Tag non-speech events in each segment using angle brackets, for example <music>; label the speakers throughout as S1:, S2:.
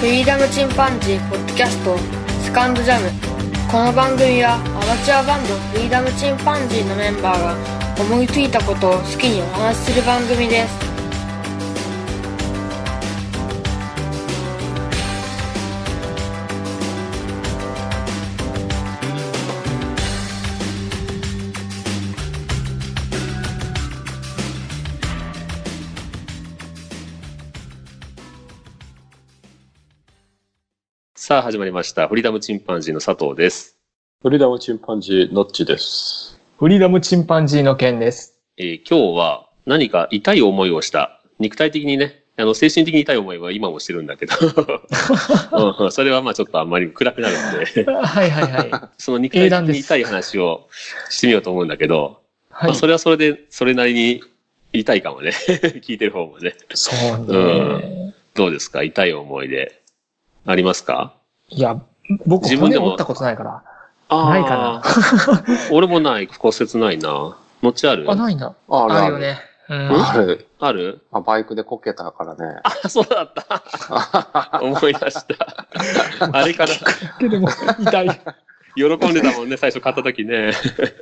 S1: フリーダムチンパンジーポッドキャストセカンドジャムこの番組はアマチュアバンドフリーダムチンパンジーのメンバーが思いついたことを好きにお話しする番組です
S2: さあ始まりました。フリーダムチンパンジーの佐藤です。
S3: フリーダムチンパンジー、ノッチです。
S4: フリーダムチンパンジーの件です。
S2: えー今日は何か痛い思いをした。肉体的にね、あの、精神的に痛い思いは今もしてるん
S4: <laughs>
S2: だけど。うんうんそれはまあちょっとあんまり暗くなるの
S4: <laughs>
S2: で、
S4: はいはいはい。
S2: その肉体
S4: 英断
S2: 的
S4: で
S2: に
S4: す
S2: 痛い話をしてみようと思うんだけど、
S4: は
S2: ま
S4: い。
S2: あそれはそれで、それなりに痛いかもね。 <laughs> 聞いてる方もね。
S4: そうね、
S2: うんどうですか痛い思い出。ありますか
S4: いや、僕
S2: 自分で
S4: 骨
S2: も
S4: 折ったことないから。
S2: あー
S4: ないか
S2: <laughs> 俺もない。骨折ないな。のちある
S4: あ、ないんだ。
S3: あ
S4: あるよ。ね。うん。
S2: ん
S3: ある。
S2: ある
S3: あ、バイクでこけたからね。
S2: あ、そうだった。
S3: <laughs>
S2: 思い出した。あれから
S4: けども、痛い。
S2: 喜んでたもんね、最初買った時ね。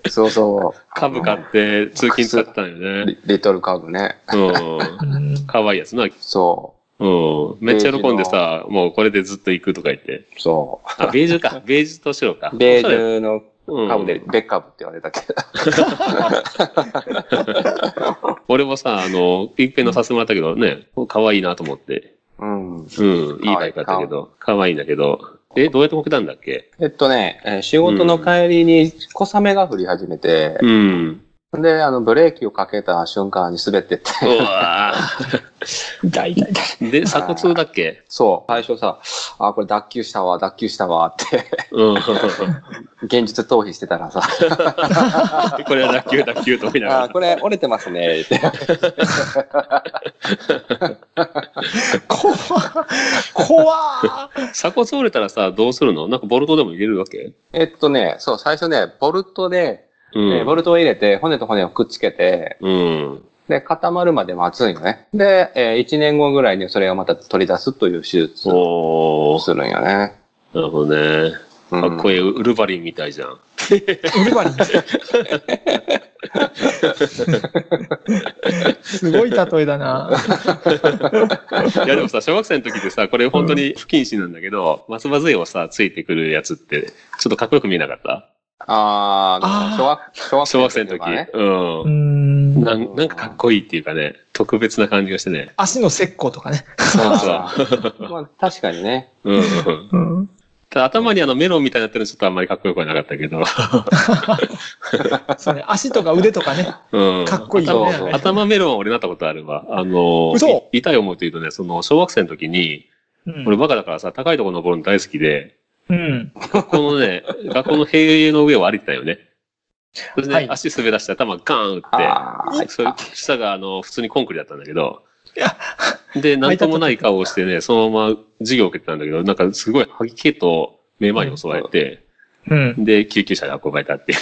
S3: そうそ
S2: 株買って通勤使ってたん
S3: う。
S2: よね。
S3: リリトルカブね。
S2: う
S4: うん
S2: ん。かわいいやつな。
S3: そ
S2: うん。めっちゃ喜んでさ、もうこれでずっと行くとか言って。
S3: う。そ
S2: あ、ベージュか。ベージュと白か。
S3: う。ベージュの
S2: ュ
S3: カブで、ベッカブって言われたけど。
S2: 俺もさ、あの、いっぺんのさせてもらったけどね、可愛いなと思って。
S3: うん。
S2: うん、いいバイクだったけど、可愛いんだけど。え、どうやってこけたんだっけ
S3: えっとね、えー仕事の帰りに小雨が降り始めて、
S2: うん。
S3: で、あの、ブレーキをかけた瞬間に滑ってって、
S2: うわぁ
S4: 痛い痛い痛い。
S2: で、鎖骨だっけ
S3: そう、最初さ、あ、これ脱臼したわ、脱臼したわって、
S2: うん。
S3: 現実逃避してたらさ、
S2: <laughs> これは脱臼、脱臼と思いなが
S3: あ、
S2: ら。
S3: これ折れてますね、って。
S4: 怖っ怖っ
S2: 鎖骨折れたらさ、どうするのなんかボルトでも入れるわけ
S3: えっとね、そう、最初ね、ボルトで、
S2: う
S3: え
S2: ん。
S3: ーボルトを入れて、骨と骨をくっつけて、
S2: うん。
S3: で、固まるまで待つんよね。で、え1年後ぐらいにそれをまた取り出すという手術を
S2: おー。
S3: するんよね。
S2: なるほどね。
S3: う
S2: かっこ
S3: いい。
S2: いい、ウルヴァリンみたいじゃん。
S4: ウルバリン。すごい例えだな。
S2: いやでもさ、小学生の時ってさ、これ本当に不謹慎なんだけど、松葉杖をさ、ついてくるやつって、ちょっとかっこよく見えなかった
S3: ああ
S4: あー
S3: 小学、小学
S2: 小学生の時。
S3: はね。
S2: う。
S4: うんん。
S2: なんなんかかっこいいっていうかね、特別な感じがしてね。
S4: 足の石膏とかね。
S2: そう
S3: あ
S2: そ
S3: ーまあ、確かにね。
S2: う。うん
S3: <laughs>
S2: うん。
S4: うん。
S2: ただ頭にあのメロンみたいになってるのちょっとあんまりかっこよくはなかったけど。
S4: そうね。足とか腕とかね。
S2: うん。
S4: かっこいい
S2: 頭
S3: よね
S2: そうそう頭メロンは俺なったことあるわ。あの、
S4: 嘘
S2: い痛い思いというとね、その、小学生の時に、
S4: うん
S2: 俺バカだからさ、高いところ登るの大好きで、
S4: うん。
S2: 学校の
S4: <laughs>
S2: ね、学校の塀の上を歩いてたよね。それで、
S4: はい
S2: 足滑らして頭ガーン打
S3: あ
S2: って、それ下があの、普通にコンクリだったんだけど
S4: いや、 <laughs>
S2: で、なんともない顔をしてね、そのまま授業を受けてたんだけど、なんかすごい吐き気と目まに襲われて、
S4: うん。
S2: で、救急車で運ばれたっていう。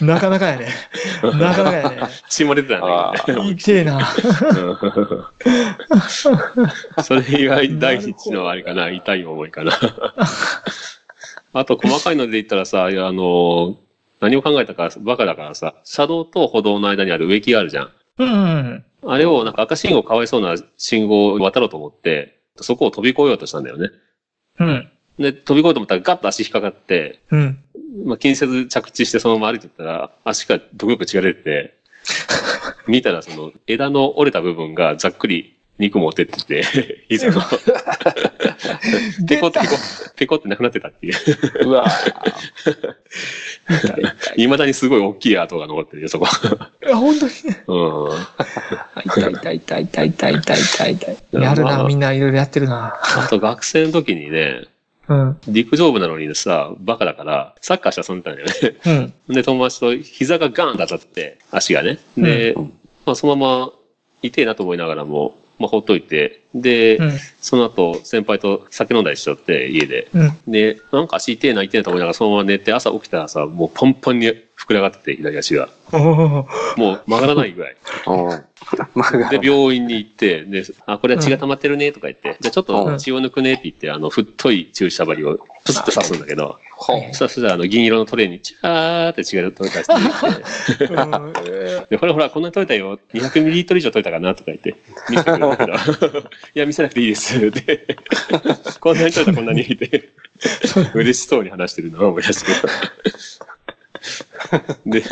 S4: なかなかやね。なかなかやね。 <laughs>
S2: 血も出てたんだけどね
S3: あ。ー
S4: 痛えな。
S2: うんそれ以外第一のあれかな、痛い思いかな。 <laughs> あと細かいので言ったらさ、いやあの、何を考えたかバカだからさ、車道と歩道の間にある植木があるじゃん。
S4: うん。
S2: あれをなんか赤信号かわいそうな信号を渡ろうと思って、そこを飛び越えようとしたんだよね。
S4: うん。
S2: で、飛び越えようと思ったらガッと足引っかかって、
S4: うん。
S2: まあ、気にせず着地してそのまま歩いてったら、足がどこよく血が出てて、見たらその枝の折れた部分がざっくり肉持ってってて、 <laughs> 膝のペ
S4: 出
S2: コ
S4: た
S2: ペコ、ペコってなくなってたっていう。
S3: ーうわ
S2: 未だにすごい大きい跡が残ってるよ、そこ。
S4: いや、本当にね。
S2: う
S4: 痛い痛い痛い痛い痛い痛い痛い痛い。やる
S2: まあ
S4: な、みんないろいろやってるな。
S2: ん。あと学生の時にね、
S4: うん。
S2: 陸上部なのにさ、バカだから、サッカーして遊んでたんだよね。 <laughs>
S4: うん。
S2: で、友達と膝がガーンと当たって、足がね。で、
S3: うん
S2: まあそのまま痛いなと思いながらも、まあほっといて、で、
S4: うん。
S2: その後、先輩と酒飲んだりしちゃって、家で。
S4: うん。
S2: で、なんか足痛えな、痛えなと思いながら、そのまま寝て、朝起きたらさ、もうパンパンに膨れ上がってて、左足が。
S4: おー
S2: もう曲がらないぐらい。
S3: うん。まあ、
S2: で、病院に行って、で、あ、これは血が溜まってるね、とか言って、じゃあちょっ
S3: う
S2: と
S4: ん
S2: 血を抜くねって言って、あの、太い注射針をプスッと刺すんだけど、
S3: ほう
S4: はい
S2: そしたらあの、銀色のトレーに、チャーって血が取れたりし
S4: <laughs>
S2: て、
S4: うん
S2: で、ほらほら、こんなに取れたよ、200ミリリットル以上取れたかな、とか言って、見せてくれたけど、い <laughs> や、見せなくていいです、 <laughs> って、こんなに取れた、こんなに、って、嬉しそうに話してるのを思い出してで、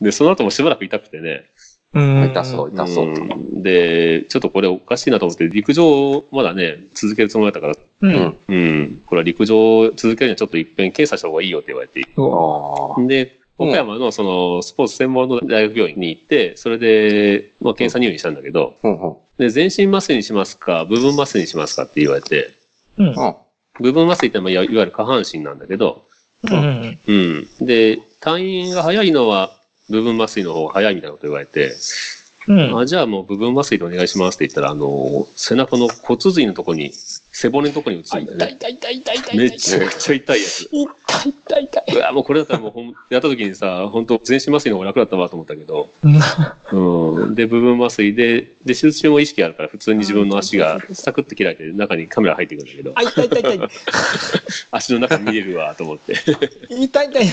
S2: で、その後もしばらく痛くてね、
S4: うん
S3: 痛そう、痛そう。
S2: うんで、ちょっとこれおかしいなと思って、陸上をまだね、続けるつもりだったから、
S4: う。
S3: うんん。
S2: うん、これは陸上を続けるにはちょっと一遍検査した方がいいよって言われて、
S4: うわ
S3: ああ。
S2: で、岡山のそのスポーツ専門の大学病院に行って、それで、まあ、検査入院したんだけど、
S3: うんうん。
S2: で、全身麻酔にしますか、部分麻酔にしますかって言われて、
S4: うん
S3: うん。
S2: 部分麻酔ってまあいわいわゆる下半身なんだけど、
S4: うん。
S2: うん。で、退院が早いのは部分麻酔の方が早いみたいなこと言われて、
S4: うん。
S2: あじゃあもう部分麻酔でお願いしますって言ったら、あの、背中の骨髄のとこに、背骨のとこに打つ
S4: あ
S2: んだよ
S4: 痛い
S2: ね。
S4: 痛い痛い痛い痛い痛い。
S2: めちゃくちゃ痛いやつ。
S4: 痛い痛い痛い。
S2: うわ、もうこれだったらもうほん、 <laughs> やった時にさ、本当全身麻酔の方が楽だったわと思ったけど、うん。で、部分麻酔で、で、手術中も意識あるから、普通に自分の足がサクッと開いて、中にカメラ入ってくるんだけど、
S4: あ痛い痛い痛い。
S2: 足の中見えるわと思って。
S4: 痛い痛い。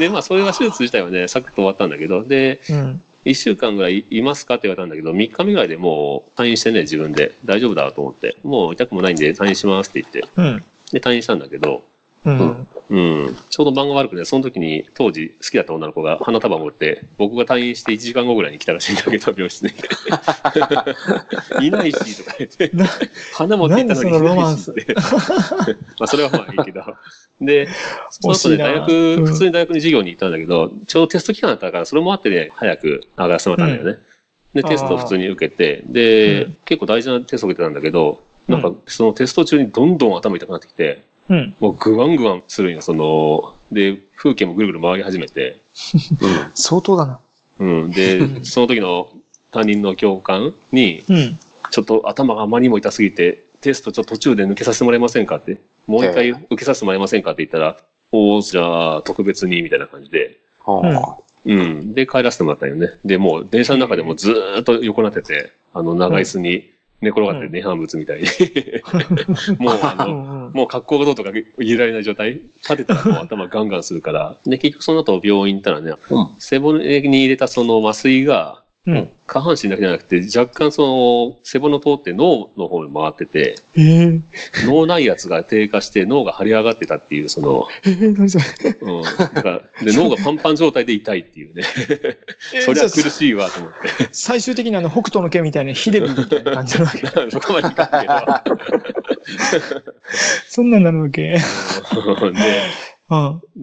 S2: で、まあ、それは手術自体はね、サクッと終わったんだけど、で、
S4: うん。
S2: 1週間ぐらいいますかって言われたんだけど、3日目ぐらいでもう退院してね、自分で、大丈夫だと思って、もう痛くもないんで退院しますって言って、
S4: うん。
S2: で、退院したんだけど、
S4: うん。
S2: うん、ちょうど番が悪くて、その時に当時好きだった女の子が花束を持って、僕が退院して1時間後ぐらいに来たらしいんだけど、病室に。いないし、とか言って。
S4: な
S2: 花持ってったのにい
S4: 何そのロ
S2: <laughs>
S4: マ
S2: ない
S4: ン
S2: し
S4: ス
S2: って。まあ、それはまあいいけど。で、その後
S4: 惜し
S2: ね、
S4: いな
S2: 大
S4: うん
S2: 学、普通に大学に授業に行ったんだけど、ちょうどテスト期間だったから、それもあってね、早く上がらせてもらったんだよね。で、テストを普通に受けて、で、
S4: うん
S2: 結構大事なテストを受けてたんだけど、なん
S4: う
S2: か、そのテスト中にどんどん頭痛くなってきて、
S4: うん。
S2: もうグワングワンするんよ、その、で、風景もぐるぐる回り始めて、
S4: 相当だな。
S2: うん、
S4: う
S2: で、
S4: <laughs> ん
S2: その時の担任の教官に、
S4: うん。
S2: ちょっと頭があまりにも痛すぎて、テストちょっと途中で抜けさせてもらえませんかって、もう一回受けさせてもらえませんかって言ったら、おー、じゃあ、特別に、みたいな感じで、
S3: は
S2: うん。で、帰らせてもらったよね。で、もう、電車の中でもずーっと横になってて、あの、長椅子に寝転がって
S4: うん
S2: 涅槃仏みたいに。 <laughs> もう、あ
S4: う
S2: の、
S4: んうん。
S2: もう格好がどうとか言えられない状態立てたらもう頭ガンガンするから。で、結局その後病院行ったらね、
S3: あ。うん。
S2: 背骨に入れたその麻酔が、
S4: うん。
S2: 下半身だけじゃなくて、若干その背骨を通って脳の方に回ってて、
S4: えー
S2: 脳内圧が低下して脳が張り上がってたっていう、その、
S4: えー、何それ。
S2: うん、だからで脳がパンパン状態で痛いっていうね。そりゃ苦しいわと思って。 <laughs>
S4: 最終的にあの北斗の拳みたいなヒデブみたいな感じな
S2: <laughs>
S4: わけ。
S2: そこまでいかんけど
S4: そんなんなるわけ。
S2: うんで。
S4: う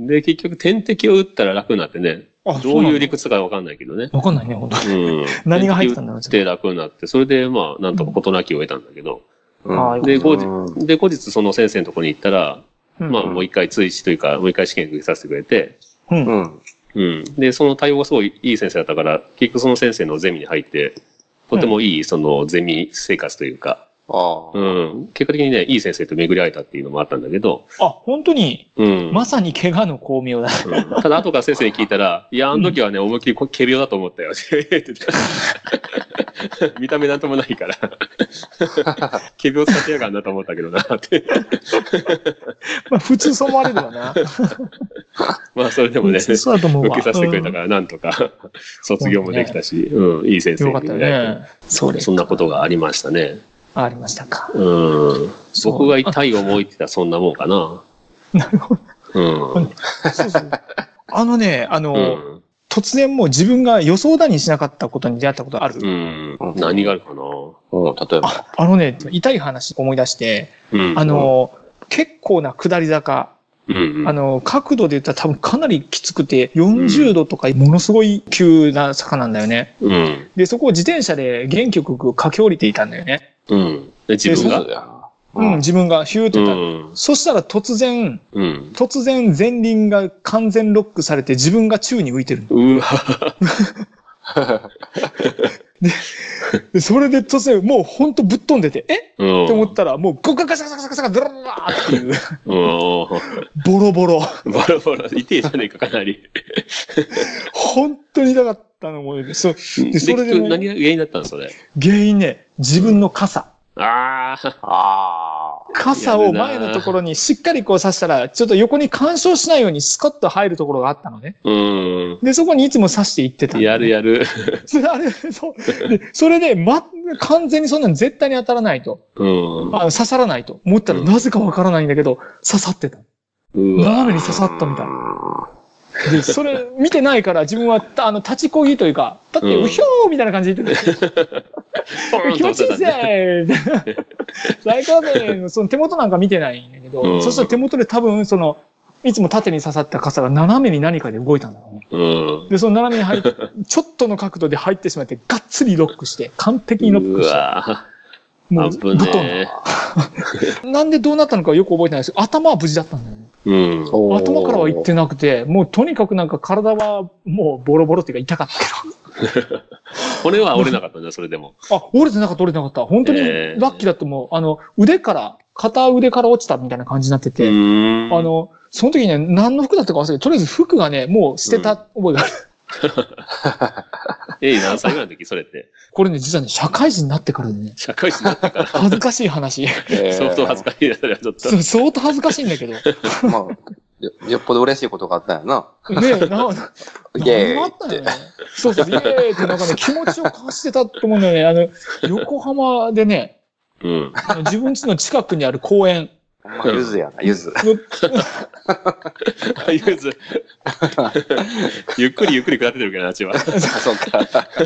S4: ん。
S2: で、結局点滴を打ったら楽になってね。
S4: あ
S2: どういう理
S4: 屈
S2: 屈かわかんないけどね。
S4: わかんないね、本当に。
S2: うん
S4: 何が入ってたんだろう
S2: 打って楽になって、それでまあ、なんとか事なきを得たんだけど。
S4: ああよかった
S2: で、後
S3: う
S2: 日、で、後日その先生のとこに行ったら、
S4: うん
S2: まあ、もう一回追試というか、もう一回試験受けさせてくれて、
S4: うん。
S3: う
S4: うん
S3: ん。
S2: うん。で、その対応がすごいいい先生だったから、結局その先生のゼミに入って、とてもいい、その、ゼミ生活というか、
S3: ああ。
S2: うん。結果的にね、いい先生と巡り会えたっていうのもあったんだけど、
S4: あ、本当に、
S2: うん。
S4: まさに怪我の巧妙だ。
S2: うんただ、後から先生に聞いたら、いや、あの時はね、思いっきりこ仮病だと思ったよ <laughs> って言ってた見た目なんともないから、仮病使ってやがんなと思ったけどなって。
S4: <laughs> まあ、普通そう思われるわな。
S2: まあ、そ <laughs> れでも
S4: 普
S2: ね、
S4: 通そうだと思う
S2: 受
S4: わ。
S2: けさせてくれた
S4: ら。
S2: から、なんとか、 <laughs> 卒業もできたし、うん、いい先生
S4: よ
S2: に
S4: かったよね。それ。
S2: そんなことがありましたね。
S4: ありましたか。
S2: うん。
S4: そう
S2: 僕が痛い思いってたらそんなもんかな。
S4: <laughs> なるほど。
S2: うん。
S4: そうそう。あのね、あの、
S2: うん。
S4: 突然もう自分が予想だにしなかったことに出会ったことある。
S2: うん。何があるかな。
S3: <laughs> うん、例えば。
S4: あのね、痛い話思い出して、
S2: うん。
S4: あ、の、結構な下り坂、
S2: うん。
S4: あの、角度で言ったら多分かなりきつくて、40度とかものすごい急な坂なんだよね。
S2: うん。
S4: で、そこを自転車で元気よく駆け下りていたんだよね。
S2: うん。で自
S4: う
S2: 分が
S3: そうだよ
S4: う、。
S3: なん
S4: 自分がヒューって
S2: う
S4: 言った
S2: ん。
S4: ら。そしたら突然、
S2: うん。
S4: 突然前輪が完全ロックされて自分が宙に浮いてるの。
S2: うわ。
S4: でそれで突然、もうほんとぶっ飛んでて、えっ
S2: うん。
S4: て思ったら、もうゴカガサガサガサガサガドララーっていう、
S2: うん。 <laughs> ボ
S4: ボロボロ。
S2: ロボロ、痛いじゃねえか、かなり。
S4: 本当に痛かったのもう、そう、
S2: で、
S4: それでも
S2: 何が原因だったのそれ。
S4: 原因ね、自分の傘。
S2: ああ、
S3: ああ。
S4: 傘を前のところにしっかりこう刺したら、ちょっと横に干渉しないようにスカッと入るところがあったのね。
S2: うん。
S4: で、そこにいつも刺していってた。
S2: やるやる。
S4: それあれ、そう。で、それで、ま、完全にそんなの絶対に当たらないと。
S2: うん。
S4: あの刺さらないと。思ったら
S2: うん
S4: なぜかわからないんだけど、刺さってた。
S2: うわ。
S4: 斜
S2: <laughs>
S4: めに刺さったみたい。
S3: な。
S4: で、それ見てないから自分は、あの、立ちこぎというか、立って、
S2: <laughs> うん
S4: うひょーみたいな感じで言って
S2: ポ
S4: て、
S2: ーン
S4: 気
S2: と
S4: 持ち
S2: 落
S4: いい
S2: ちたね。
S4: ぜ最高だぜその手元なんか見てないんだけど、
S2: うん
S4: そしたら手元で多分、その、いつも縦に刺さった傘が斜めに何かで動いたんだろうね。
S2: うん。
S4: で、その斜めに入っちょっとの角度で入ってしまって、がっつりロックして、完璧にロッ
S2: う
S4: クして、
S2: わ
S4: もう、
S2: 危
S4: ぶっ飛んだ。
S2: ね
S4: なんでどうなったのかよく覚えてないですけど、頭は無事だったんだよね。
S2: え。うん。
S4: 頭からは行ってなくて、もうとにかくなんか体はもうボロボロっていうか痛かったけ
S2: 骨は折れなかったんだ、それでも。
S4: ど。あ、折れてなかった折れてなかった。本当に
S2: えー
S4: ラッキーだと思う。あの、腕から、片腕から落ちたみたいな感じになって
S2: う
S4: て、
S2: ん。
S4: あ、の、その時ね、何の服だったか忘れて、とりあえず服がね、もう捨てた覚えがある。
S2: えい、何歳ぐらいの時それって。
S4: これね、実はね、社会人になってからでね、
S2: 社会人だったから。
S4: 恥ずかしい
S2: <laughs>
S4: 話。
S2: 相当恥ずかしいな、それはちょっと。
S4: そう相当恥ずかしいんだけ
S2: <laughs>
S4: ど。ね
S3: しい。まあ、よよっぽど嬉しいことがあったんやな。
S4: え、な、
S3: イェ
S4: 何もあ
S3: ーイ
S4: ったのよね。そうそう、イエーイってなんかね、気持ちをかわしてたと思うんだよね。あの、横浜でね、
S2: うん。
S4: あの自分家の近くにある公園。
S3: まあゆずやな、ゆ
S4: <laughs>
S3: ず。
S2: あ、ゆず。 <laughs> ゆっくりゆっくり下ってるけどな、あっちは。 <laughs>
S3: あ、そうか。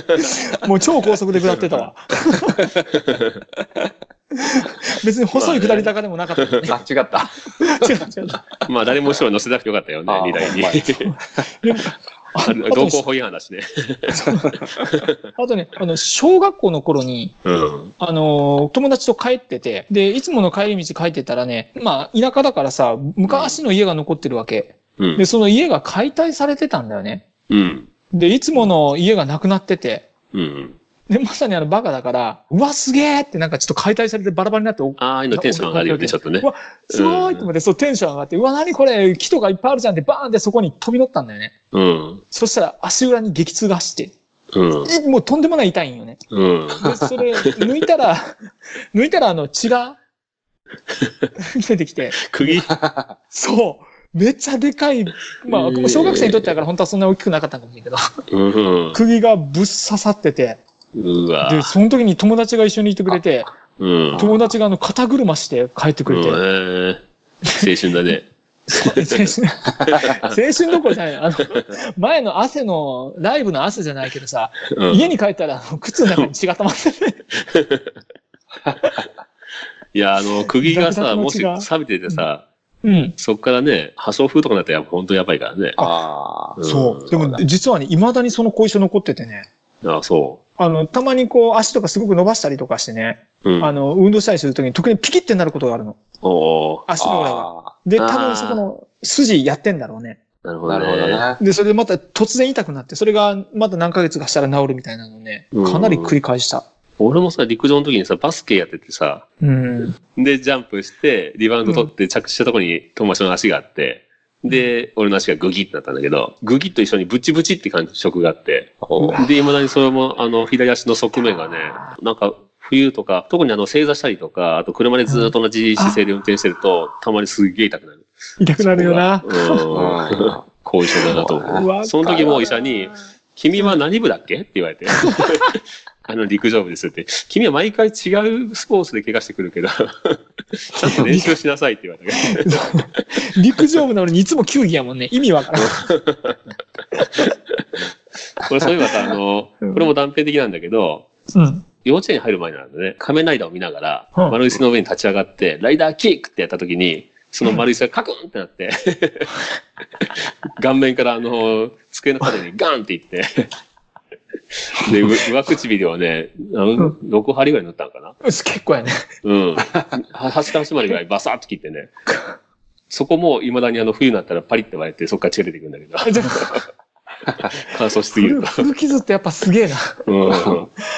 S4: <laughs> もう超高速で下ってたわ。 <laughs> 別に細い下り坂でもなかった、ね。
S3: あ、違った。
S4: <laughs> 違う違う。
S2: まあ、誰も後ろに乗せなくてよかったよね
S3: あ、ー
S2: 荷台に。
S4: でもあ
S2: あれ
S4: あと
S2: 道
S4: ね
S2: 交法違反だしね。
S4: あとね、あの、小学校の頃に、
S2: うん。
S4: あのー友達と帰ってて、で、いつもの帰り道帰ってたらね、まあ、田舎だからさ、昔の家が残ってるわけ。
S2: うん
S4: で、。その家が解体されてたんだよね。
S2: うん。
S4: で、いつもの家がなくなってて、
S2: うん。
S4: で、まさにあのバカだから、うわ、すげえってなんかちょっと解体されてバラバラになって、お
S2: ああ、今テンション上がるよね、ちょっとね
S4: う。わ、すごいと思って、そう、テンション上がって、うわ、何これ、木とかいっぱいあるじゃんって、バーンってそこに飛び乗ったんだよね。
S2: うん。
S4: そしたら足裏に激痛が走って、
S2: うん。
S4: えもうとんでもない痛いんよね。
S2: うん。 <laughs>
S4: で、それ、抜いたら、抜いたらあの血が <laughs> 出てきて、
S2: 釘
S4: そう、めっちゃでかい、まあ、小学生にとってだから本当はそんな大きくなかったんかもしれんけど、
S2: うん。
S4: 釘がぶっ刺さってて、
S2: うわ
S4: で、その時に友達が一緒にいてくれて、
S2: うん。
S4: 友達があの肩車して帰ってく
S2: うんえ
S4: れて、
S2: ー青春だ
S4: <laughs>
S2: ね。
S4: 青春、青春どころじゃない。あの、前の汗の、ライブの汗じゃないけどさ、
S2: うん
S4: 家に帰ったらあの靴の中に血が溜まってて、
S2: いや、あの、釘がさ、もし
S4: ガクガクの血が
S2: 錆びててさ、
S4: うん。
S2: そっからね、破傷風とかになったらやっぱ本当やばいからね。
S3: あ
S2: うん
S4: そう。でも、実はね、未だにその後遺症残っててね。
S2: ああ、そ
S4: あの、たまにこう、足とかすごく伸ばしたりとかしてね、
S2: う。うん。
S4: あの、運動したりするときに、特にピキってなることがあるの。
S2: おー
S4: 足の裏が。
S3: あ。
S4: で、
S2: あー
S4: 多分そこの筋やってんだろうね。
S2: なるほど
S3: なるほど
S2: ね。
S3: ね。
S4: で、それでまた突然痛くなって、それがまた何ヶ月かしたら治るみたいなのをね、かなり繰り返した。
S2: 俺もさ、陸上の時にさ、バスケやっててさ、
S4: うん。
S2: で、ジャンプして、リバウンド取って、着地したとこに友達の足があって、で、俺の足がグギってなったんだけど、グギと一緒にブチブチって感触があって、
S3: お
S2: で、未だにそれも、あの、左足の側面がね、なんか、冬とか、特にあの、正座したりとか、あと車でずっと同じ姿勢で運転してると、たまにすっげえ痛くなる。
S4: 痛くなるよな。 <laughs>
S2: うん。後遺症だなと
S3: う
S2: 思う。その時もう医者に、君は何部だっけって言われて。あの、陸上部ですって。君は毎回違うスポーツで怪我してくるけど、ちゃんと練習しなさいって言われたけど。
S4: <laughs> 陸上部なのにいつも球技やもんね。意味わからん。
S2: これそういえばさ、あの、これも断片的なんだけど、
S4: うん。
S2: 幼稚園に入る前なんだね、仮面ライダーを見ながら、
S4: うん
S2: 丸石の上に立ち上がって、ライダーキックってやった時に、その丸石がカクンってなって、顔面からあの、机の角にガンっていって、で、う上唇をね、あの6針ぐらい塗ったのか <laughs> な
S4: 結構やね。
S2: うん。端と端までぐらいバサッと切ってね。そこも未だにあの冬になったらパリって割れてそっから血が出てくるんだけ
S4: <laughs>
S2: ど、
S4: じゃあ
S2: 乾燥しすぎ
S4: 古
S2: ると。
S4: 古傷ってやっぱすげえな。
S2: うん。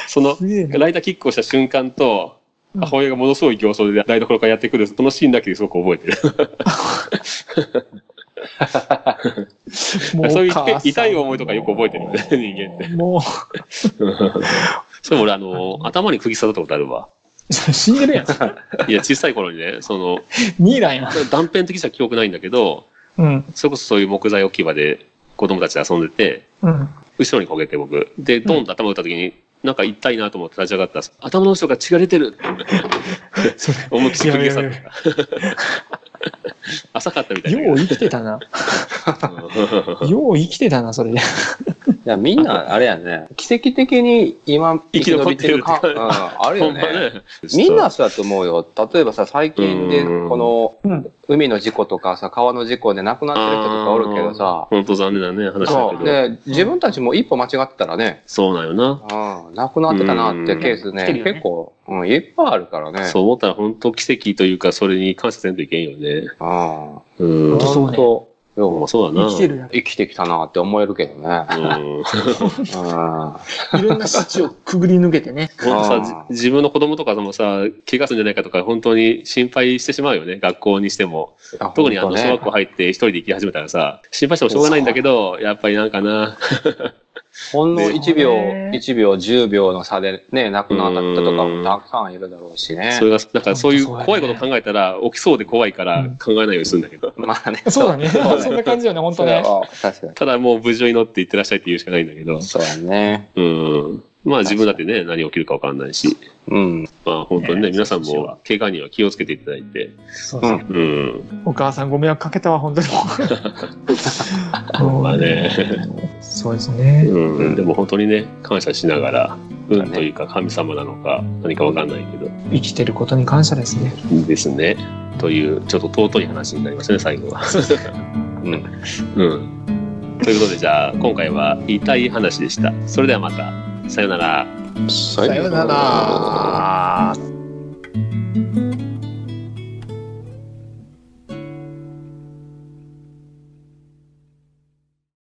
S2: その
S4: すげえな。
S2: ライダーキックをした瞬間と、母親がものすごい競争で台所からやってくる、そのシーンだけですごく覚えてる。<laughs> <laughs>
S4: も
S2: そういう
S4: 母さん
S2: 痛い思いとかよく覚えてるよね <laughs> 人間って
S4: も
S2: それ俺あの、頭に釘刺さったことあるわ。
S4: う、死ん
S2: <laughs>
S4: でるやん。
S2: いや、小さい頃にね、その、
S4: ミイラやん。
S2: 断片的じゃ記憶ないんだけど、
S4: うん。
S2: それこそそういう木材置き場で子供たちで遊んでて、
S4: うん。
S2: 後ろにこけて僕。で、ドンと頭打った時に、なんか痛いなと思って立ち上がったら、頭の後ろから血が出てる
S4: そ
S2: 思いっきり釘刺さ
S4: いや
S2: っ
S4: いやいや
S2: た。 <laughs> 浅かったみたいだけ
S4: よう生きてたな。
S2: ど。うん
S4: よう生きてたな、それで。
S3: いや、みんな、あれやね、奇跡的に今、
S2: 生き残ってる
S3: 生き
S2: って
S3: うん、あ
S2: <laughs>
S3: る
S2: ほ
S3: よ
S2: んま
S3: ね。
S2: ね。
S3: みんなそうやと思うよ。例えばさ、最近で、
S2: うん
S3: こ
S4: うん。
S3: の、海の事故とかさ、川の事故で亡くなってる人とかおるけどさ、
S2: 本当残念なね、話だ
S3: そう。
S2: けど。
S3: で、自分たちも一歩間違ってたらね、
S2: そうなんよな。
S3: うん、亡くなってたなってケース
S4: うん
S3: ね、
S4: 来てるよね
S3: 結構、うん、いっぱいあるからね。
S2: そう思ったら本当奇跡というか、それに感謝せんといけんよね。
S3: うん。
S2: うん。
S4: 当そう
S3: 本
S4: ね
S3: 当よう
S2: まあそうだな。
S4: 生きてるやん。
S3: 生きてきたなって思えるけどね。
S2: うん。
S3: うん。そ
S4: いろんな死地をくぐり抜けてね。
S2: 本当
S3: あー
S2: さ、じ自分の子供とかもさ、怪我するんじゃないかとか、本当に心配してしまうよね。学校にしても。 <laughs> 特にあの、小学校入って一人で行き始めたらさ、心配してもしょうがないんだけど、やっぱりなんかな。
S3: ほんの1秒、
S4: ね
S3: 1秒、10秒の差でね、亡くなった人とかもたくさんいるだろうしね
S2: そ。れが、なんかそういう
S4: 本当そうだね
S2: 怖いこと考えたら、起きそうで怖いから考えないようにするんだけど。
S3: まあね。
S4: そうだね。
S3: そう
S4: そんな感じよね、本当
S3: それ
S4: ね。
S3: は確かに。
S2: ただもう無事に乗って行ってらっしゃいって言うしかないんだけど。
S3: そうやね。
S2: うん。まあ自分だってね、何起きるかわかんないし。
S3: うん。
S2: まあ本当にね、
S4: ね
S2: 皆さん
S4: そうそう
S2: も怪我には気をつけていただいて。
S4: そう
S3: う。
S4: そうん
S2: うん。
S4: お母さんご迷惑かけたわ、本当に。
S2: <laughs> まあね。
S4: そうですね。
S2: うん。でも本当にね、感謝しながら、
S3: だ
S2: 運
S3: ね
S2: というか神様なのか、何かわかんないけど。
S4: 生きてることに感謝ですね。
S2: ですね。という、ちょっと尊い話になりましたね、最後は。
S3: うん。
S2: うん。ということで、じゃあ、今回は言いたい話でした。それではまた。さようなら。
S3: さ
S4: さようなら。